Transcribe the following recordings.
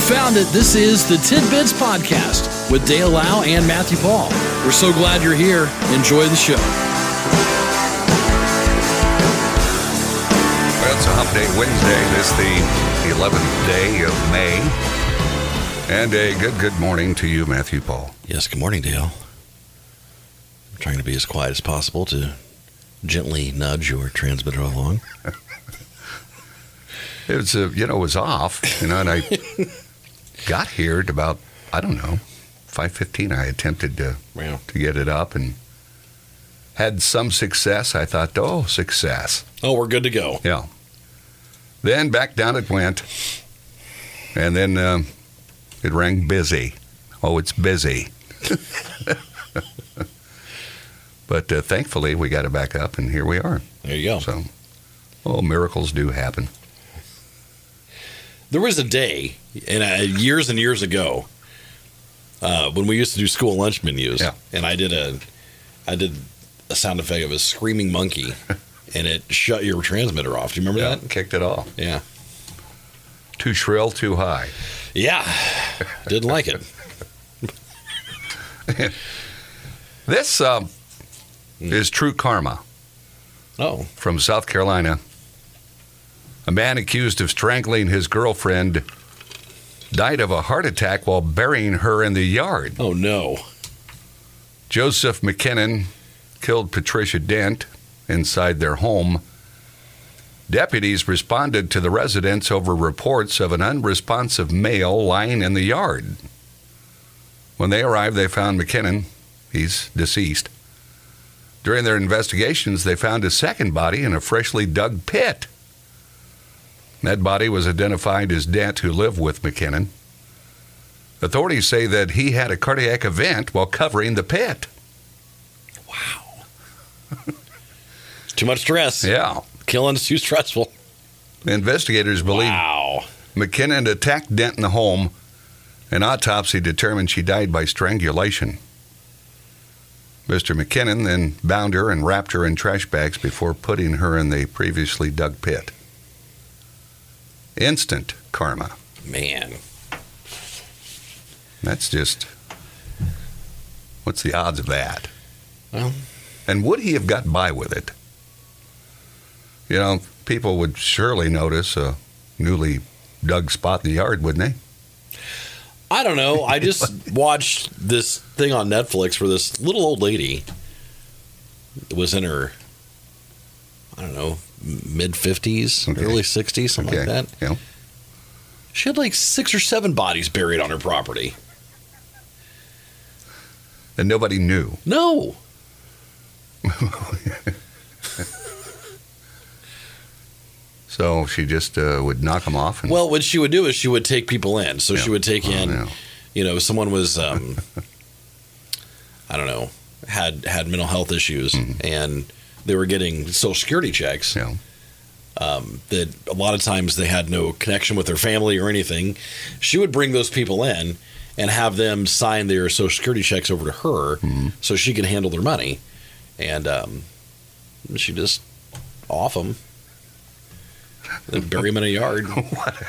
found it. This is the Tidbits Podcast with Dale Lau and Matthew Paul. We're so glad you're here. Enjoy the show. Well, it's a hump day Wednesday. This the 11th day of May. And a good, good morning to you, Matthew Paul. Yes, good morning, Dale. I'm trying to be as quiet as possible to gently nudge your transmitter along. It was, uh, you know, it was off, you know, and I got here at about, I don't know, 5.15. I attempted to, Wow. to get it up and had some success. I thought, oh, success. Oh, we're good to go. Yeah. Then back down it went. And then um, it rang busy. Oh, it's busy. but uh, thankfully, we got it back up, and here we are. There you go. So, oh, miracles do happen. There was a day, and uh, years and years ago, uh, when we used to do school lunch menus, Yeah. and I did a, I did a sound effect of a screaming monkey, and it shut your transmitter off. Do you remember that? Kicked it off. Yeah. Too shrill, too high. Yeah. Didn't like it. This um, is true karma Oh. from South Carolina. A man accused of strangling his girlfriend died of a heart attack while burying her in the yard. Oh no. Joseph McKinnon killed Patricia Dent inside their home. Deputies responded to the residents over reports of an unresponsive male lying in the yard. When they arrived, they found McKinnon. He's deceased. During their investigations, they found a second body in a freshly dug pit. That body was identified as Dent, who lived with McKinnon. Authorities say that he had a cardiac event while covering the pit. Wow. too much stress. Yeah. Killing's too stressful. Investigators believe Wow. McKinnon attacked Dent in the home. An autopsy determined she died by strangulation. Mr. McKinnon then bound her and wrapped her in trash bags before putting her in the previously dug pit. Instant karma. Man. That's just. What's the odds of that? Well, And would he have got by with it? You know, people would surely notice a newly dug spot in the yard, wouldn't they? I don't know. I just watched this thing on Netflix where this little old lady was in her, I don't know, mid 50s, Okay. early 60s, something like that. Yeah. She had like six or seven bodies buried on her property. And nobody knew. No. So she just uh, would knock them off. And, Well, what she would do is she would take people in. So she Yeah. would take Oh, in, no. you know, someone was, um, I don't know, had had mental health issues Mm-hmm. and they were getting social security checks. Yeah. um, that a lot of times they had no connection with their family or anything. She would bring those people in and have them sign their social security checks over to her so she could handle their money. And um, she just off them, then bury them in a yard. What? a-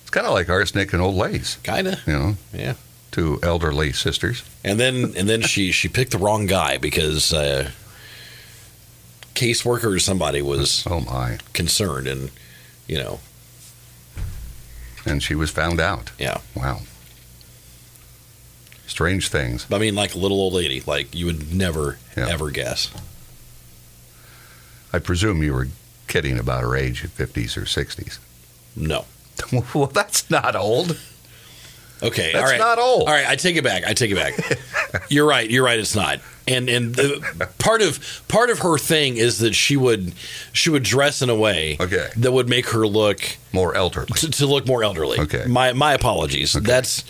It's kind of like arsenic and old lace, Kinda, you know, yeah. to elderly sisters. And then and then she she picked the wrong guy because uh, caseworker or somebody was Oh, my. concerned and you know And she was found out. yeah. Wow. Strange things. I mean, like a little old lady. Like you would never, Yeah. ever guess. I presume you were kidding about her age, 50s or 60s. No. well, that's not old. Okay. That's all right. not old. All right. I take it back. I take it back. you're right. You're right. It's not. And and the, part of part of her thing is that she would she would dress in a way Okay. that would make her look More elderly. to, to look more elderly. Okay. My my apologies. That's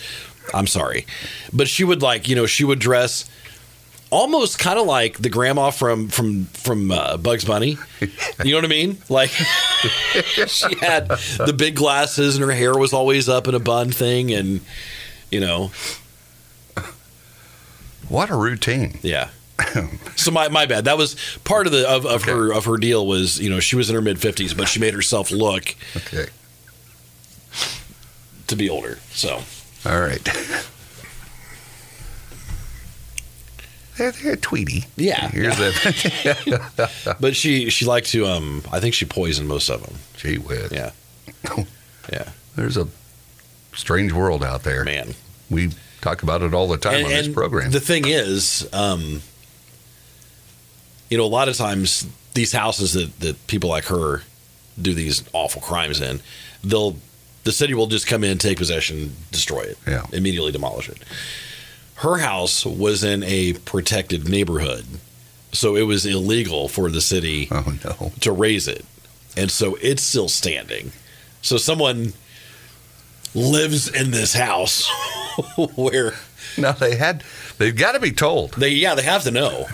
I'm sorry, but she would like you know she would dress almost kind of like the grandma from from from uh, Bugs Bunny. You know what I mean? Like she had the big glasses and her hair was always up in a bun thing, and you know What a routine. yeah. So my, my bad. That was part of the of, of her of her deal was you know she was in her mid fifties, but she made herself look Okay. to be older. So All right. There, there, Tweety. yeah, Here's a but she she liked to um I think she poisoned most of them. gee whiz. Yeah. Yeah, There's a strange world out there. man. We talk about it all the time And- on this and program. The thing is, um, you know, a lot of times these houses that, that people like her do these awful crimes in, they'll the city will just come in, take possession, destroy it, Yeah. immediately demolish it. Her house was in a protected neighborhood, so it was illegal for the city oh no. to raise it, and so it's still standing. So someone lives in this house where No, they had. They've got to be told. they yeah, they have to know.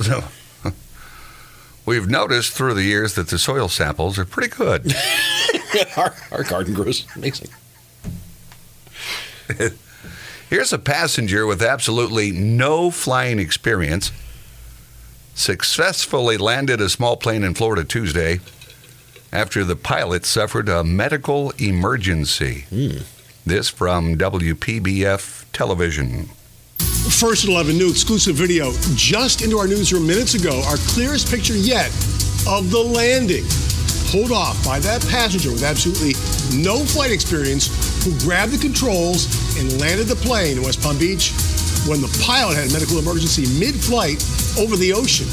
So, we've noticed through the years that the soil samples are pretty good. our, our garden grows amazing. Here's a passenger with absolutely no flying experience. Successfully landed a small plane in Florida Tuesday after the pilot suffered a medical emergency. This from WPBF Television. First at 11, new exclusive video just into our newsroom minutes ago. Our clearest picture yet of the landing. Pulled off by that passenger with absolutely no flight experience who grabbed the controls and landed the plane in West Palm Beach when the pilot had a medical emergency mid flight over the ocean.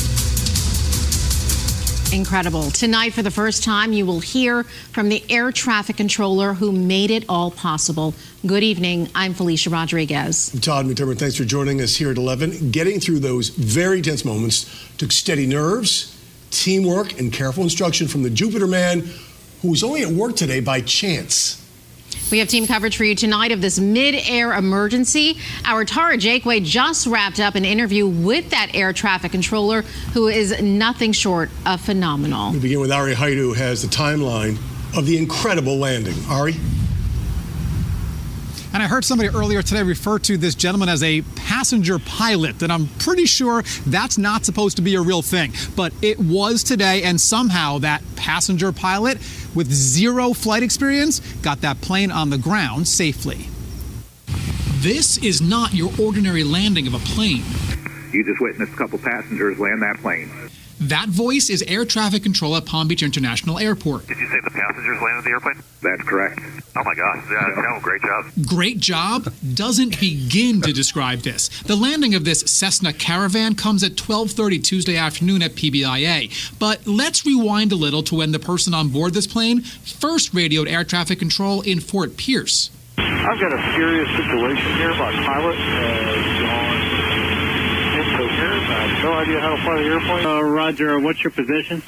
Incredible. Tonight, for the first time, you will hear from the air traffic controller who made it all possible. Good evening. I'm Felicia Rodriguez. Todd McDermott, thanks for joining us here at 11. Getting through those very tense moments took steady nerves, teamwork, and careful instruction from the Jupiter man who was only at work today by chance. We have team coverage for you tonight of this mid-air emergency. Our Tara Jakeway just wrapped up an interview with that air traffic controller who is nothing short of phenomenal. We begin with Ari Haidu, who has the timeline of the incredible landing. Ari? And I heard somebody earlier today refer to this gentleman as a passenger pilot, and I'm pretty sure that's not supposed to be a real thing. But it was today, and somehow that passenger pilot with zero flight experience got that plane on the ground safely. This is not your ordinary landing of a plane. You just witnessed a couple passengers land that plane. That voice is air traffic control at Palm Beach International Airport. Did you say the passengers landed the airplane? That's correct. Oh my gosh! Yeah, no, great job. Great job doesn't begin to describe this. The landing of this Cessna Caravan comes at 12:30 Tuesday afternoon at PBIA. But let's rewind a little to when the person on board this plane first radioed air traffic control in Fort Pierce. I've got a serious situation here. My pilot uh, has gone incoherent. I have no idea how to fly the airplane. Uh, Roger, what's your position?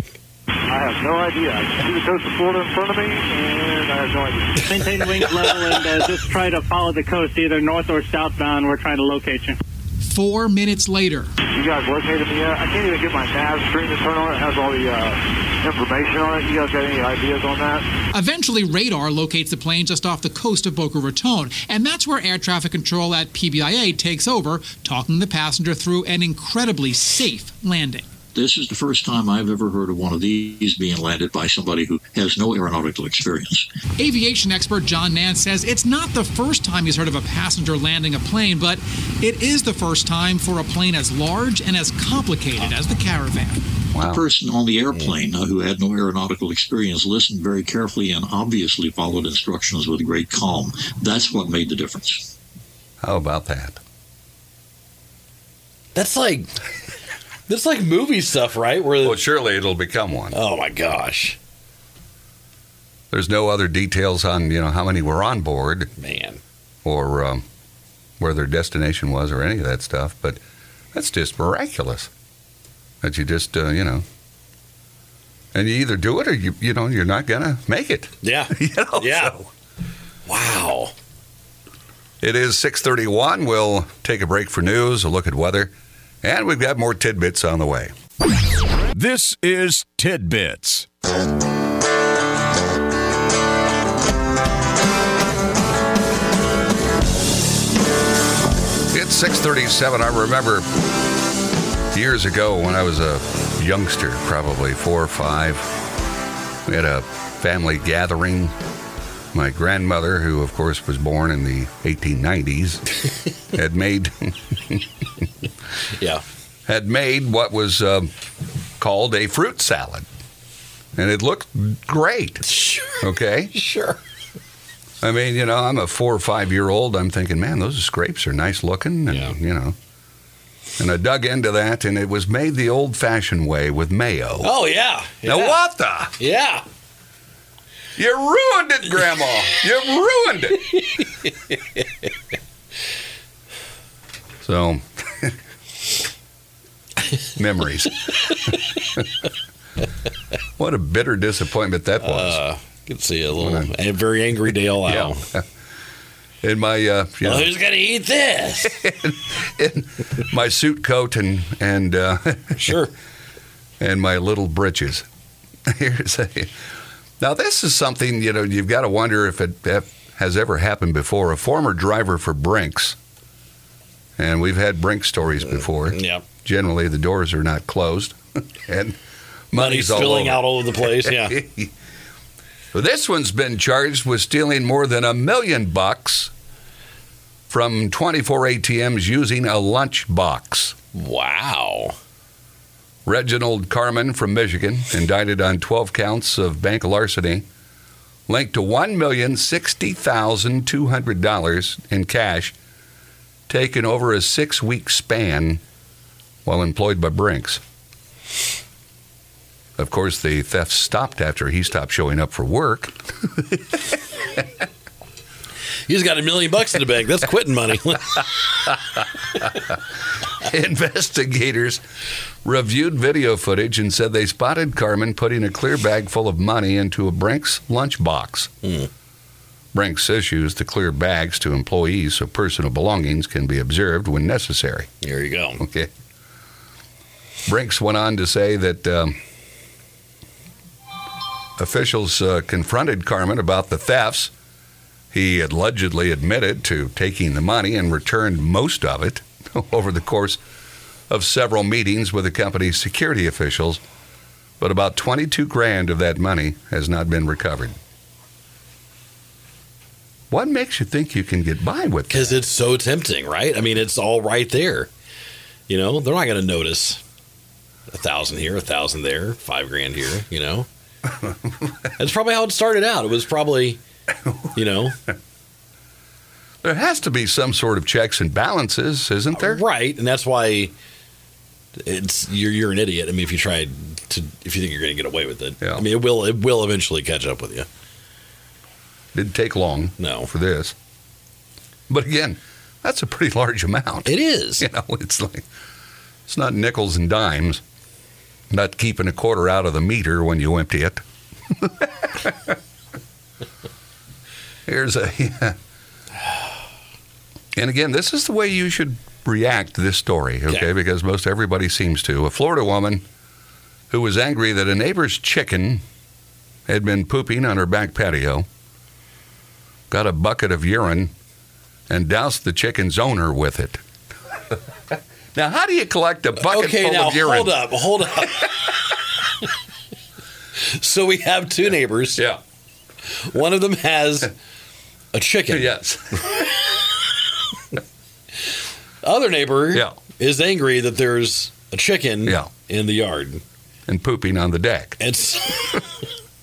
I have no idea. I see the coast of Florida in front of me, and I have no idea. Maintain wings level and uh, just try to follow the coast, either north or southbound. We're trying to locate you. 4 minutes later, You guys located me yet? I can't even get my nav screen to turn on. It has all the uh, information on it. You guys got any ideas on that? Eventually, radar locates the plane just off the coast of Boca Raton, and that's where air traffic control at PBIA takes over, talking the passenger through an incredibly safe landing. This is the first time I've ever heard of one of these being landed by somebody who has no aeronautical experience. Aviation expert John Nance says it's not the first time he's heard of a passenger landing a plane, but it is the first time for a plane as large and as complicated as the Caravan. Wow. The person on the airplane uh, who had no aeronautical experience listened very carefully and obviously followed instructions with great calm. That's what made the difference. How about that? That's like that's like movie stuff, right? Where Well, surely it'll become one. oh my gosh, There's no other details on you know how many were on board man, or um, where their destination was or any of that stuff, but that's just miraculous that you just uh, you know. And you either do it or you you know you're not gonna make it. yeah, You know, yeah, so- wow. It is 6:31. We'll take a break for news, a look at weather, and we've got more tidbits on the way. This is Tidbits. It's 6:37. I remember years ago when I was a youngster, probably 4 or 5. We had a family gathering. My grandmother, who of course was born in the 1890s, had made yeah had made what was um called a fruit salad, and it looked great. Okay, sure. I mean, you know, I'm a four or five year old. I'm thinking, man, those scrapes are nice looking, and you know. And I dug into that, and it was made the old fashioned way with mayo. Oh yeah. Now Yeah. what the? Yeah. You ruined it, Grandma. you ruined it. so, memories. what a bitter disappointment that was. Uh, could see a little, a very angry Dale Al. In my uh, you Well, know, who's gonna eat this? my suit coat and and uh, sure, and my little breeches. Here's a, now this is something you know you've got to wonder if it if has ever happened before. A former driver for Brinks, and we've had Brink stories before. yep. Generally, the doors are not closed, and money's, Money's spilling out all over the place. Yeah. Well, this one's been charged with stealing more than a million bucks from 24 ATMs using a lunchbox. Wow. Reginald Carmen from Michigan, indicted on 12 counts of bank larceny, linked to $1,060,200 in cash taken over a six week span while employed by Brinks. Of course, the theft stopped after he stopped showing up for work. He's got a million bucks in the bank. That's quitting money. Investigators reviewed video footage and said they spotted Carmen putting a clear bag full of money into a Brinks lunchbox. Brinks issues the clear bags to employees so personal belongings can be observed when necessary. there you go. Okay. Brinks went on to say that um, officials uh, confronted Carmen about the thefts. He allegedly admitted to taking the money and returned most of it over the course of several meetings with the company's security officials, but about 22 grand of that money has not been recovered. What makes you think you can get by with Because it's so tempting, right? I mean, it's all right there. You know, they're not going to notice a thousand here, a thousand there, five grand here. You know, that's probably how it started out. It was probably, you know, There has to be some sort of checks and balances, isn't there? right, and that's why it's you're you're an idiot. I mean, if you try to, if you think you're going to get away with it, I mean, it will it will eventually catch up with you. Didn't take long. No, for this. But again, that's a pretty large amount. It is. You know, it's like it's not nickels and dimes. Not keeping a quarter out of the meter when you empty it. Here's a And again, this is the way you should react to this story, okay? Because most everybody seems to. A Florida woman who was angry that a neighbor's chicken had been pooping on her back patio got a bucket of urine and doused the chicken's owner with it. now, how do you collect a bucket okay, full now of urine? hold up, hold up. so we have two neighbors. Yeah. One of them has a chicken. Yes. Other neighbor Yeah. is angry that there's a chicken Yeah. in the yard. And pooping on the deck. And so,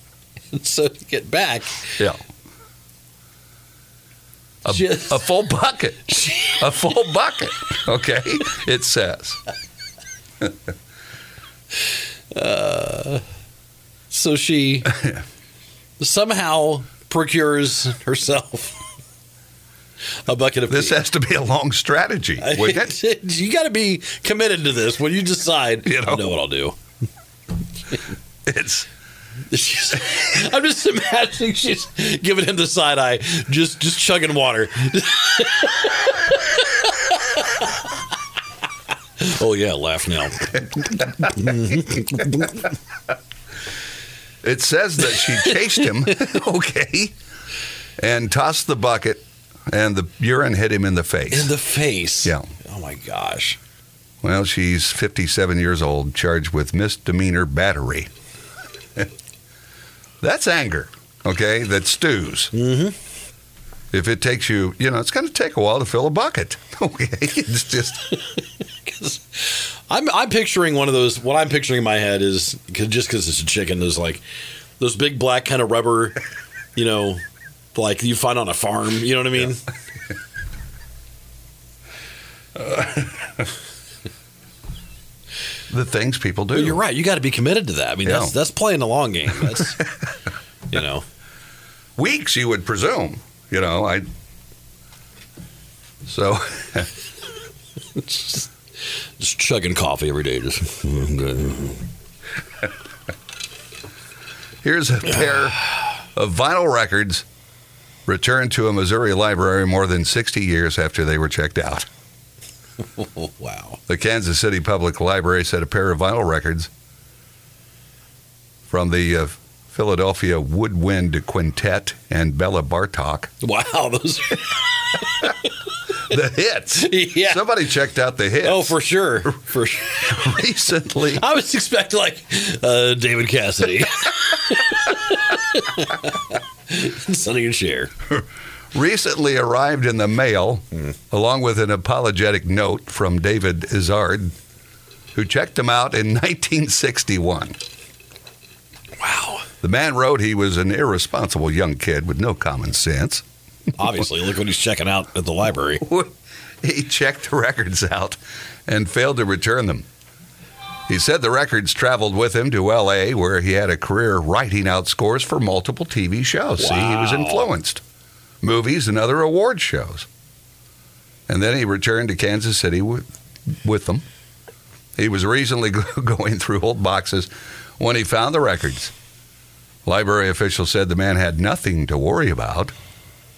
and so to get back, Yeah. A, a full bucket. a full bucket. Okay, it says. uh, so she somehow procures herself a bucket of This has to be a long strategy, wouldn't it? you got to be committed to this when you decide. You know, I know what I'll do. it's. I'm just imagining she's giving him the side eye, just just chugging water. oh yeah, laugh now. It says that she chased him, okay, and tossed the bucket, and the urine hit him in the face. In the face. Yeah. Oh my gosh. Well, she's 57 years old, charged with misdemeanor battery. That's anger, okay? That stews. Mm-hmm. If it takes you, you know, it's going to take a while to fill a bucket. Okay, it's just I'm I'm picturing one of those. What I'm picturing in my head is 'cause- just because it's a chicken. There's like those big black kind of rubber, you know, like you find on a farm. You know what I mean? the things people do. But you're right. You got to be committed to that. I mean, that's Yeah. that's playing the long game. That's you know. Weeks, you would presume. You know, I. So, just, just chugging coffee every day. Just Here's a pair of vinyl records returned to a Missouri library more than 60 years after they were checked out. wow. The Kansas City Public Library said a pair of vinyl records from the uh, Philadelphia Woodwind Quintet and Bella Bartok. Wow, those the hits. Yeah. Somebody checked out the hits. Oh, for sure. For sure. Recently. I was expecting like uh, David Cassidy. Sonny and Cher. recently arrived in the mail, Hmm. along with an apologetic note from David Izard, who checked them out in 1961. Wow. The man wrote he was an irresponsible young kid with no common sense. Obviously, look what he's checking out at the library. he checked the records out and failed to return them. He said the records traveled with him to L.A., where he had a career writing out scores for multiple TV shows. See, he was Wow. influenced. Movies and other award shows. And then he returned to Kansas City with, with them. He was recently going through old boxes when he found the records. Library officials said the man had nothing to worry about,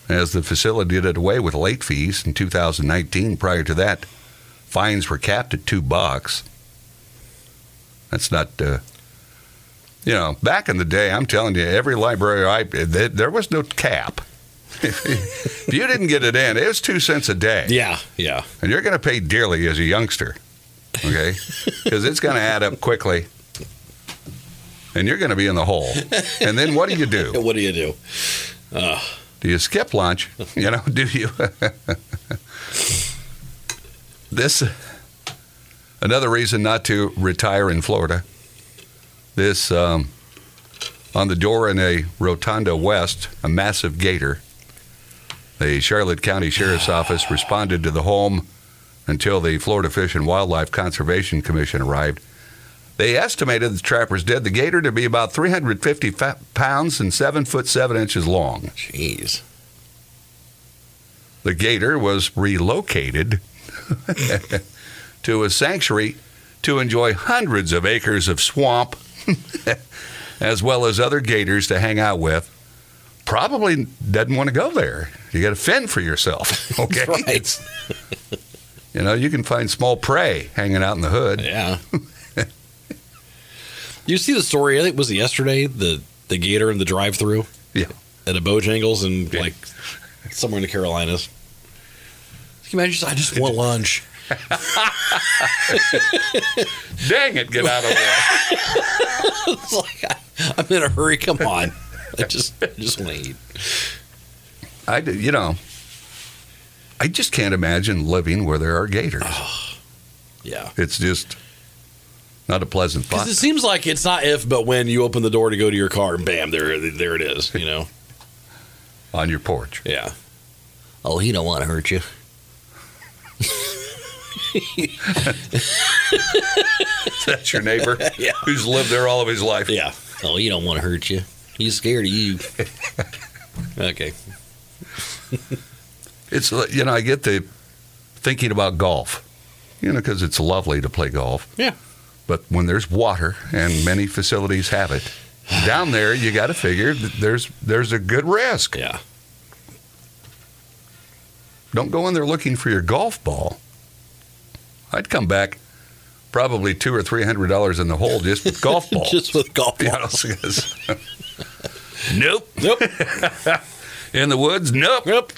as the facility did away with late fees in 2019. Prior to that, fines were capped at two bucks. That's not, uh, you know, back in the day. I'm telling you, every library I th there was no cap. if you didn't get it in, it was two cents a day Yeah, yeah. and you're going to pay dearly as a youngster, okay? Because it's going to add up quickly, and you're going to be in the hole. And then what do you do? What do you do? Do you skip lunch? You know, do you? this another reason not to retire in Florida. This um, on the door in a Rotonda West, a massive gator. The Charlotte County Sheriff's Office responded to the home until the Florida Fish and Wildlife Conservation Commission arrived. They estimated the trappers dead the gator to be about 350 fa- pounds and seven foot seven inches long. Jeez. The gator was relocated to a sanctuary to enjoy hundreds of acres of swamp, as well as other gators to hang out with. Probably doesn't want to go there. You got to fend for yourself. Okay. Right. It's- you know, you can find small prey hanging out in the hood. Yeah. you see the story? I think was it yesterday the the gator in the drive through Yeah. at a Bojangles and like somewhere in the Carolinas. Can you imagine? I just want lunch. Dang it, get out of there. It's like I, I'm in a hurry. Come on. I just I just want to eat. I, do- you know, I just can't imagine living where there are gators. Oh. Yeah. It's just not a pleasant thought. Because it seems like it's not if, but when you open the door to go to your car, and bam, there, there it is. You know. on your porch. Yeah. Oh, he don't want to hurt you. That's your neighbor Yeah. who's lived there all of his life. Yeah. Oh, he don't want to hurt you. He's scared of you. okay. It's uh, you know I get the thinking about golf, you know, because it's lovely to play golf. Yeah. But when there's water and many facilities have it down there, you got to figure that there's there's a good risk. Yeah. Don't go in there looking for your golf ball. I'd come back probably two or three hundred dollars in the hole just with golf balls. Just with golf You know, balls. 'cause- nope. Nope. In the woods? Nope. Nope.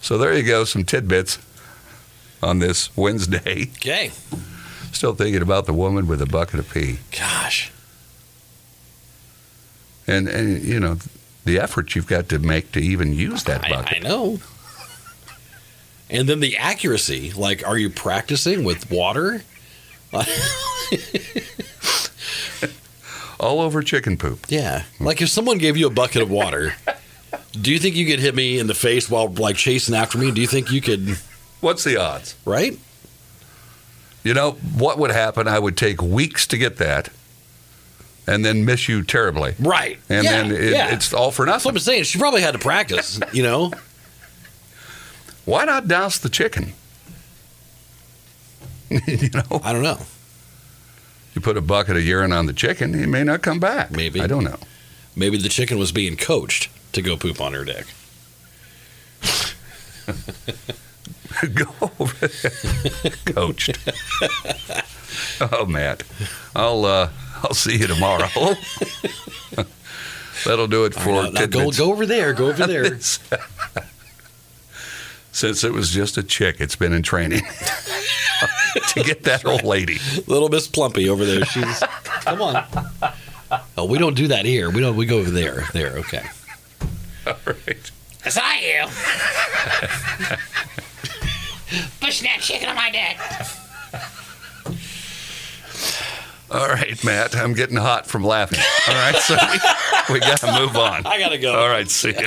So there you go, some tidbits on this Wednesday. Okay. Still thinking about the woman with a bucket of pee. Gosh. and and you know the effort you've got to make to even use that bucket. I know. And then the accuracy, like, are you practicing with water? All over chicken poop. Yeah. Like, if someone gave you a bucket of water, do you think you could hit me in the face while, like, chasing after me? Do you think you could, What's the odds? right? You know what would happen? I would take weeks to get that, and then miss you terribly. Right. And Yeah, then it, yeah. it's all for That's what nothing. I'm saying. She probably had to practice, you know? Why not douse the chicken? you know, I don't know. you put a bucket of urine on the chicken, he may not come back. Maybe. I don't know. Maybe the chicken was being coached to go poop on her deck. Go over there. coached. oh, Matt, I'll uh, I'll see you tomorrow. That'll do it for Now- now go, tidbits. go over there. Go over there. Since it was just a chick, it's been in training to get that old lady. Little Miss Plumpy over there. She's come on. Oh, we don't do that here. We don't. We go over there. There. Okay. All right. Yes, I am. Pushing that chicken on my deck. All right, Matt. I'm getting hot from laughing. All right, so we, we got to move on. I gotta go. All right, see ya.